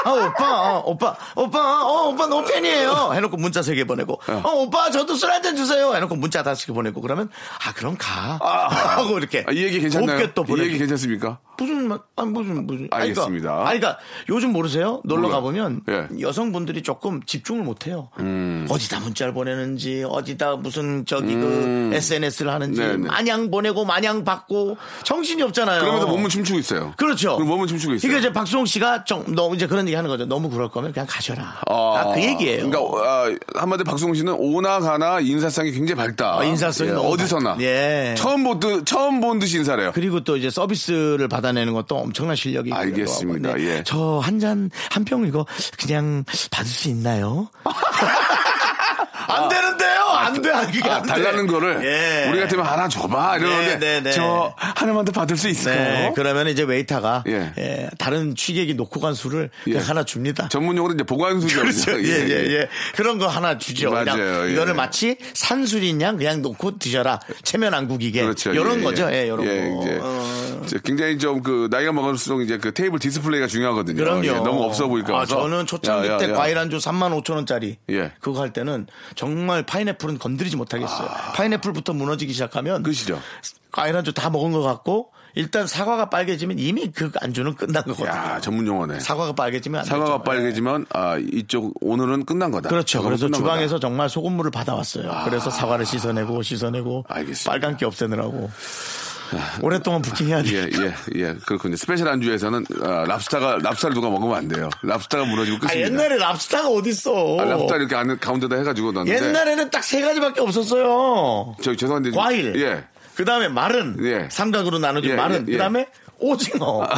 S4: 아 오빠 어, 오빠 오빠 어 오빠 너 팬이에요. 해놓고 문자 세 개 보내고 어 오빠 저도 술 한 잔 주세요. 해놓고 문자 다섯 개 보내고 그러면 아 그럼 가
S2: 아.
S4: 하고 이렇게
S2: 아, 이 얘기 괜찮나요?
S4: 곱게 또
S2: 이
S4: 보내고
S2: 얘기 괜찮습니까?
S4: 무슨 말- 아니 무슨 무슨 아니, 그러니까-
S2: 알겠습니다.
S4: 아니 그러니까 요즘 모르세요? 놀러
S2: 몰라요.
S4: 가 보면
S2: 예. 음.
S4: 여성분들이 조금 집중을 못 해요. 어디다 문자를 보내는지 어디다 무슨 저기 그 SNS를 하는지
S2: 음. 네네.
S4: 마냥 보내고 마냥 받고 정신이 없잖아요.
S2: 그러면서 몸은 춤추고 있어요.
S4: 그렇죠.
S2: 그럼 몸은 춤추고 있어요.
S4: 이게 이제 박수홍 씨가 좀 너무 이제 그런 얘기 하는 거죠. 너무 그럴 거면 그냥 가셔라.
S2: 아,
S4: 아, 그 얘기예요.
S2: 그러니까 아, 한마디 박수홍 씨는 오나 가나 인사성이 굉장히 밝다.
S4: 아, 인사성이
S2: 예,
S4: 너무
S2: 어디서나.
S4: 밝- 예.
S2: 처음 본 듯, 처음 본 듯이 인사래요.
S4: 그리고 또 이제 서비스를 받아내는 것도 엄청난 실력이 있고요.
S2: 알겠습니다.
S4: 네.
S2: 예.
S4: 저 한 잔 한 병 이거 그냥 받을 수 있나요? 안 되는데요. 안 돼. 안- 그게
S2: 아. 아,
S4: 안 돼.
S2: 달라는 거를
S4: 예.
S2: 우리 같으면 하나 줘봐 이러는데
S4: 네, 네, 네.
S2: 저 하나만 더 받을 수 있을까요?
S4: 네, 그러면 이제 웨이터가
S2: 아. 예.
S4: 예, 다른 취객이 놓고 간 술을 그냥
S2: 예.
S4: 하나 줍니다.
S2: 전문용어로 이제 보관수죠.
S4: 그렇죠. 예, 예, 예. 그런 거 하나 주죠.
S2: 맞아요,
S4: 그냥
S2: 예.
S4: 이거를 마치 산술인 양 그냥 놓고 드셔라. 체면 안 구기게.
S2: 그렇죠.
S4: 이런
S2: 예,
S4: 거죠. 예, 이런
S2: 예,
S4: 거.
S2: 이제
S4: 어.
S2: 이제 굉장히 좀 그 나이가 먹을수록 이제 그 테이블 디스플레이가 중요하거든요.
S4: 그럼요.
S2: 예, 너무 없어 보일까
S4: 아,
S2: 봐서.
S4: 저는 초창기
S2: 야, 야,
S4: 때
S2: 야.
S4: 과일 안주 3만 5천 원짜리
S2: 예.
S4: 그거 할 때는 정말 파인애플은 건드리지 못하겠어요. 파인애플부터 무너지기 시작하면
S2: 아. 그시죠.
S4: 과일 안주 다 먹은 것 같고 일단 사과가 빨개지면 이미 그 안주는 끝난 거거든요.
S2: 야 전문 용어네.
S4: 사과가 빨개지면 안
S2: 사과가
S4: 되죠.
S2: 빨개지만 아 이쪽 오늘은 끝난 거다.
S4: 그렇죠.
S2: 오늘은
S4: 그래서
S2: 끝난
S4: 주방에서
S2: 거다.
S4: 정말 소금물을 받아왔어요. 그래서 사과를 씻어내고 씻어내고
S2: 아, 알겠습니다. 아.
S4: 빨간 게 없애느라고 오랫동안 부킹해야 돼. 아,
S2: 예, 예, 예. 그렇군요. 스페셜 안주에서는 아, 랍스타가 랍스타를 누가 먹으면 안 돼요. 랍스타가 무너지고
S4: 아,
S2: 끝입니다.
S4: 옛날에 랍스타가 어딨어.
S2: 아, 랍스타 이렇게 안에 가운데다 해가지고 넣는데
S4: 옛날에는 딱 세 가지밖에 없었어요.
S2: 저 죄송한데 좀-
S4: 과일.
S2: 예.
S4: 그 다음에 말은.
S2: 예.
S4: 삼각으로 나눠진
S2: 예,
S4: 말은.
S2: 예, 아. 예.
S4: 그 다음에 오징어.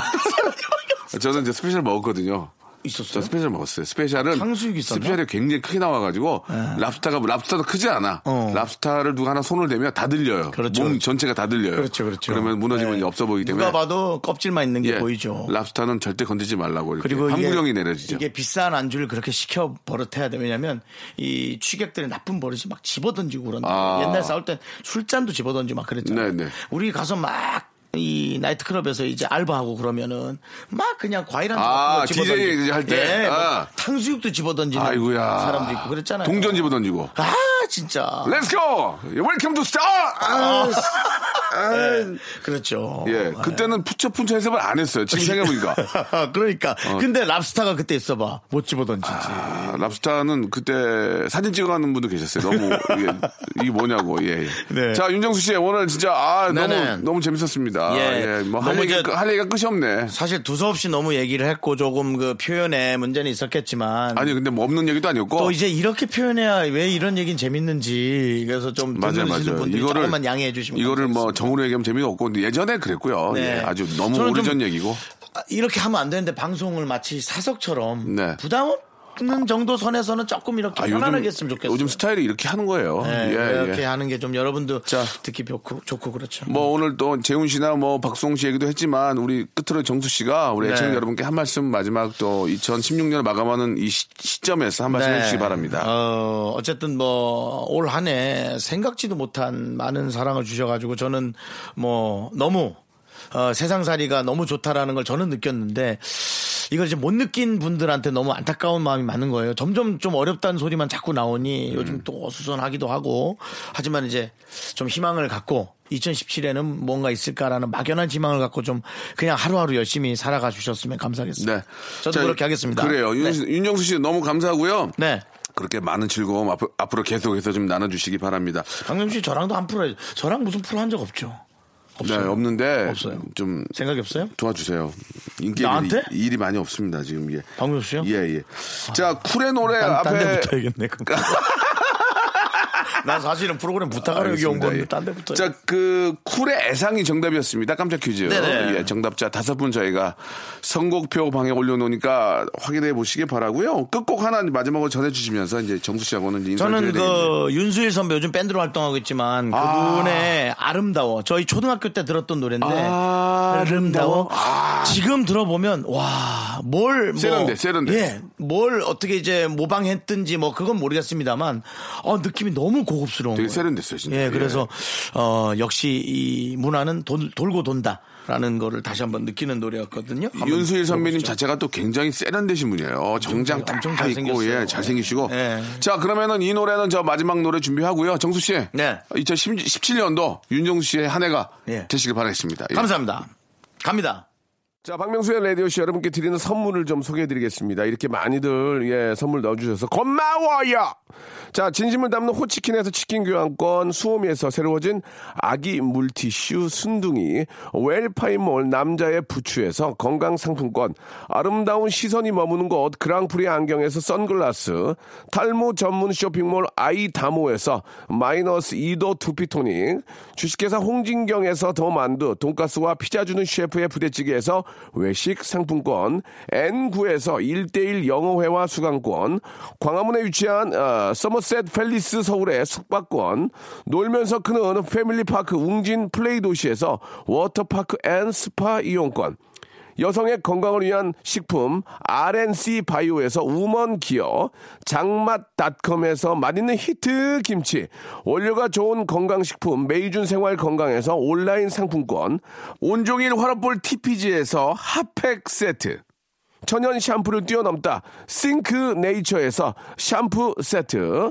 S2: 저는 이제 스페셜 먹었거든요. 저
S4: 있었어요.
S2: 스페셜 먹었어요. 스페셜은
S4: 탕수육이 있었나? 네.
S2: 스페셜이 굉장히 크게 나와가지고 랍스타가 랍스타도 크지 않아.
S4: 어.
S2: 랍스타를 누가 하나 손을 대면 다 들려요.
S4: 그렇죠.
S2: 몸 전체가 다 들려요.
S4: 그렇죠, 그렇죠.
S2: 러면 무너지면
S4: 네.
S2: 이제 없어 보이기 때문에
S4: 누가 봐도 껍질만 있는 게
S2: 예,
S4: 보이죠.
S2: 랍스타는 절대 건드지 말라고 이렇게
S4: 그리고 이게-
S2: 한구령이 내려지죠.
S4: 이게 비싼 안주를 그렇게 시켜 버릇해야 돼. 왜냐면 이 취객들이 나쁜 버릇이 막 집어던지고 그런데
S2: 아.
S4: 옛날 싸울 땐 술잔도 집어던지고 막 그랬잖아요.
S2: 네네.
S4: 우리 가서 막 이 나이트클럽에서 이제 알바하고 그러면은 막 그냥 과일 한주
S2: 아, DJ
S4: 집어던지고
S2: 이제 할 때?
S4: 예, 뭐
S2: 아.
S4: 탕수육도 집어던지는
S2: 아이고야.
S4: 사람도 있고 그랬잖아요.
S2: 동전 집어 던지고.
S4: 아 진짜.
S2: Let's go! Welcome to Star! 아,
S4: 그렇죠.
S2: 예, 그때는 푸처푼처 해석을 안 했어요.
S4: 네.
S2: 지금 생각해보니까.
S4: 그러니까. 근데 랍스타가 그때 있어봐. 못 집어던지지.
S2: 어. 아, 랍스타는 그때 사진 찍어가는 분도 계셨어요. 너무 이게, 이게 뭐냐고. 예. 예.
S4: 네.
S2: 자 윤정수 씨 오늘 진짜 아
S4: 네네.
S2: 너무 너무 재밌었습니다. 예.
S4: 예.
S2: 뭐할
S4: 너무
S2: 얘기
S4: 이제-
S2: 할 얘기가 끝이 없네.
S4: 사실 두서없이 너무 얘기를 했고 조금 그 표현에 문제는 있었겠지만
S2: 아니 근데 뭐 없는 얘기도 아니었고.
S4: 또 이제 이렇게 표현해야 왜 이런 얘기는 재밌는지 그래서 좀
S2: 맞아요,
S4: 듣는
S2: 맞아요.
S4: 분들이 조금만 양해해 주시면
S2: 이거를 뭐 정으로 얘기하면 재미가 없고 근데 예전에 그랬고요.
S4: 네.
S2: 예, 아주 너무
S4: 저는 좀-
S2: 오래전 얘기고.
S4: 아, 이렇게 하면 안 되는데 방송을 마치 사석처럼
S2: 뭐 네.
S4: 부담 없는 정도 선에서는 조금 이렇게 편안하게 했으면 좋겠어요.
S2: 아, 요즘 스타일이 이렇게 하는 거예요.
S4: 네,
S2: 예,
S4: 이렇게
S2: 예.
S4: 하는 게 좀 여러분도 듣기 좋고, 좋고 그렇죠.
S2: 뭐 오늘 또 재훈 씨나 뭐 박송 씨 얘기도 했지만 우리 끝으로 정수 씨가 우리
S4: 네.
S2: 애청자 여러분께 한 말씀 마지막 또 2016년을 마감하는 이 시, 점에서한 말씀
S4: 네.
S2: 해주시기 바랍니다.
S4: 어, 어쨌든 뭐 올 한 해 생각지도 못한 많은 사랑을 주셔가지고 저는 뭐 너무 어, 세상살이가 너무 좋다라는 걸 저는 느꼈는데 이걸 이제 못 느낀 분들한테 너무 안타까운 마음이 많은 거예요. 점점 좀 어렵다는 소리만 자꾸
S2: 음.
S4: 나오니 요즘 또 어수선하기도 하고 하지만 이제 좀 희망을 갖고 2017에는 뭔가 있을까라는 막연한 희망을 갖고 좀 그냥 하루하루 열심히 살아가 주셨으면 감사하겠습니다.
S2: 네.
S4: 저도
S2: 자,
S4: 그렇게 하겠습니다.
S2: 그래요. 윤,
S4: 네.
S2: 윤정수 씨 너무 감사하고요.
S4: 네.
S5: 그렇게 많은 즐거움 앞, 앞으로 계속해서 좀 나눠주시기 바랍니다.
S2: 네,
S4: 강림 씨 저랑도 안 풀어요. 저랑 무슨 풀어 한 적 없죠?
S5: 네,
S4: 없어요.
S5: 없는데
S4: 없어요.
S5: 좀
S4: 생각이 없어요?
S5: 도와주세요. 인기
S4: 나한테?
S5: 일이, 일이 많이 없습니다 지금 이게.
S4: 박명수 씨요?
S5: 예 예. 자 쿨의 노래
S4: 딴, 딴
S5: 앞에
S4: 데부터 해야겠네. 그럼. 난 사실은 프로그램 부탁하러 여기 온
S5: 알겠습니다.
S4: 건데
S5: 예.
S4: 딴 데부터.
S5: 자, 그 쿨의 애상이 정답이었습니다. 깜짝 퀴즈.
S4: 네네.
S5: 예, 정답자 다섯 분 저희가 선곡표 방에 올려놓으니까 확인해 보시기 바라고요. 끝곡 하나 마지막으로 전해주시면서 이제 정수 씨하고는 이제 인사를
S4: 저는
S5: 드려야 아. 되겠네요.
S4: 그 윤수일 선배 요즘 밴드로 활동하고 있지만 그분의 아름다워 저희 초등학교 때 들었던 노래인데
S5: 아,
S4: 아름다워 지금 들어보면 와뭘 뭐,
S5: 세련돼, 세련돼.
S4: 예, 뭘 어떻게 이제 모방했든지 뭐 그건 모르겠습니다만 어 느낌이 너무 고급스러운
S5: 되게
S4: 거예요.
S5: 세련됐어요, 진짜.
S4: 예, 그래서 어 역시 이 문화는 돌, 돌고 돈다라는 거를 다시 한번 느끼는 노래였거든요. 한번
S5: 윤수일 선배님
S4: 들어보시죠.
S5: 자체가 또 굉장히 세련되신 분이에요. 정장 딱
S4: 엄청
S5: 입고
S4: 잘생겼어요.
S5: 예, 잘생기시고.
S4: 예.
S5: 자, 그러면은 이 노래는 저 마지막 노래 준비하고요. 정수 씨.
S4: 네.
S5: 2017년도 윤정수 씨의 한 해가
S4: 예.
S5: 되시길 바라겠습니다. 예.
S4: 감사합니다. 갑니다.
S2: 자, 박명수의 라디오쇼 여러분께 드리는 선물을 좀 소개해 드리겠습니다. 이렇게 많이들, 예, 선물 넣어주셔서 고마워요! 자, 진심을 담는 호치킨에서 치킨 교환권, 수오미에서 새로워진 아기 물티슈 순둥이, 웰파이몰 남자의 부추에서 건강상품권, 아름다운 시선이 머무는 곳 그랑프리 안경에서 선글라스, 탈모 전문 쇼핑몰 아이다모에서 마이너스 2도 두피토닉, 주식회사 홍진경에서 더 만두, 돈가스와 피자 주는 셰프의 부대찌개에서 외식 상품권, N9에서 1대1 영어회화 수강권, 광화문에 위치한 어, 서머셋 팰리스 서울의 숙박권, 놀면서 크는 패밀리파크 웅진 플레이 도시에서 워터파크 앤 스파 이용권, 여성의 건강을 위한 식품 RNC 바이오에서 우먼 기어, 장맛닷컴에서 맛있는 히트 김치, 원료가 좋은 건강식품 메이준 생활 건강에서 온라인 상품권,
S5: 온종일 화롯볼 TPG에서 핫팩 세트.
S2: 천연 샴푸를 뛰어넘다 싱크 네이처에서 샴푸 세트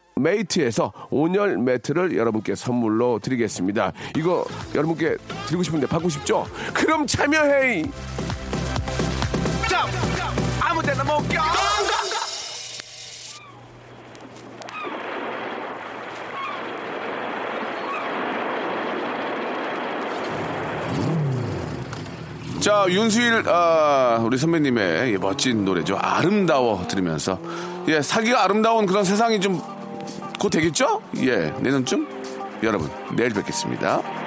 S2: 메이트에서 온열 매트를 여러분께 선물로 드리겠습니다. 이거 여러분께 드리고 싶은데 받고 싶죠? 그럼 참여해!
S5: 자, 윤수일, 아, 우리 선배님의 이 멋진 노래죠. 아름다워 들으면서. 예, 사기가 아름다운 그런 세상이 좀 곧 되겠죠? 예, 내년쯤? 여러분, 내일 뵙겠습니다.